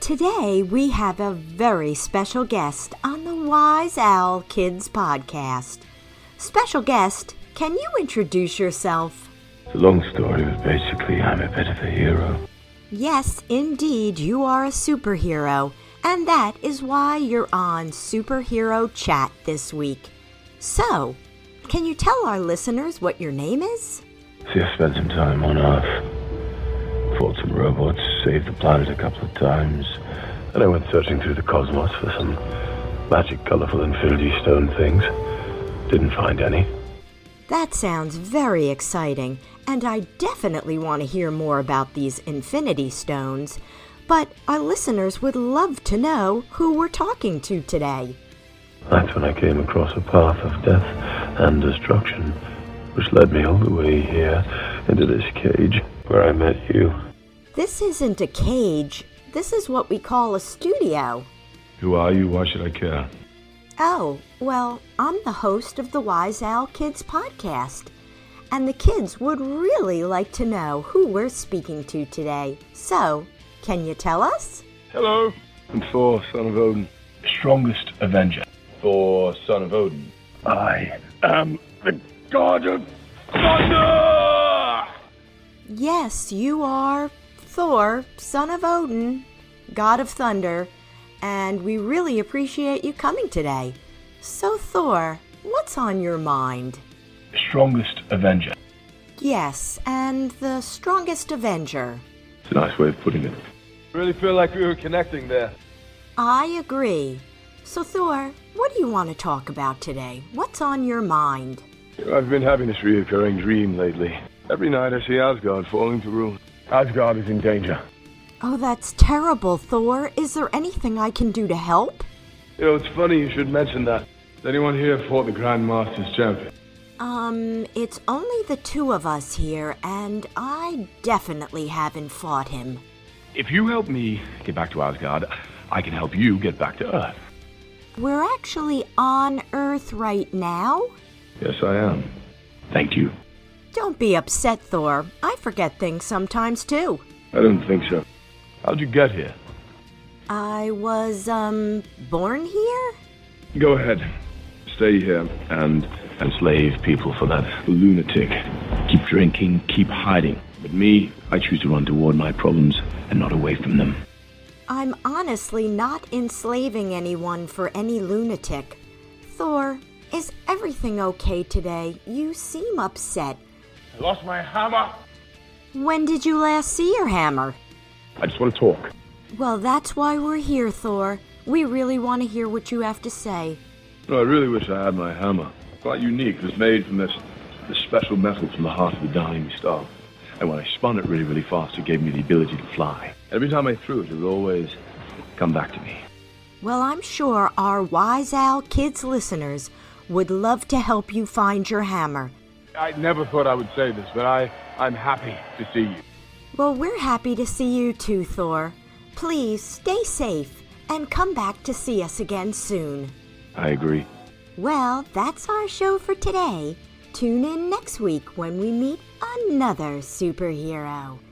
Today, we have a very special guest on the Wise Owl Kids podcast. Special guest, can you introduce yourself? It's a long story, but basically, I'm a bit of a hero. Yes, indeed, you are a superhero, and that is why you're on Superhero Chat this week. So, can you tell our listeners what your name is? See, I spent some time on Earth, fought some robots, saved the planet a couple of times, and I went searching through the cosmos for some magic, colorful infinity stone things. Didn't find any. That sounds very exciting, and I definitely want to hear more about these Infinity Stones. But our listeners would love to know who we're talking to today. That's when I came across a path of death and destruction, which led me all the way here into this cage where I met you. This isn't a cage, this is what we call a studio. Who are you? Why should I care? Oh, well, I'm the host of the Wise Owl Kids podcast, and the kids would really like to know who we're speaking to today. So, can you tell us? Hello. I'm Thor, son of Odin. Strongest Avenger. Thor, son of Odin. I am the god of thunder! Yes, you are Thor, son of Odin, god of thunder, and we really appreciate you coming today. So, Thor, what's on your mind? Strongest Avenger. Yes, and the strongest Avenger. It's a nice way of putting it. Really feel like we were connecting there. I agree. So, Thor, what do you want to talk about today? What's on your mind? I've been having this reoccurring dream lately. Every night I see Asgard falling to ruin. Asgard is in danger. Oh, that's terrible, Thor. Is there anything I can do to help? You know, it's funny you should mention that. Has anyone here fought the Grand Masters champion? Um, it's only the two of us here, and I definitely haven't fought him. If you help me get back to Asgard, I can help you get back to Earth. We're actually on Earth right now? Yes, I am. Thank you. Don't be upset, Thor. I forget things sometimes, too. I don't think so. How'd you get here? I was, um, born here? Go ahead. Stay here and enslave people for that lunatic. Keep drinking, keep hiding. But me, I choose to run toward my problems and not away from them. I'm honestly not enslaving anyone for any lunatic. Thor, is everything okay today? You seem upset. I lost my hammer. When did you last see your hammer? I just want to talk. Well, that's why we're here, Thor. We really want to hear what you have to say. No, I really wish I had my hammer. Quite unique. It was made from this, this special metal from the heart of the dying star. And when I spun it really, really fast, it gave me the ability to fly. Every time I threw it, it would always come back to me. Well, I'm sure our Wise Owl Kids listeners would love to help you find your hammer. I never thought I would say this, but I, I'm happy to see you. Well, we're happy to see you too, Thor. Please stay safe and come back to see us again soon. I agree. Well, that's our show for today. Tune in next week when we meet another superhero.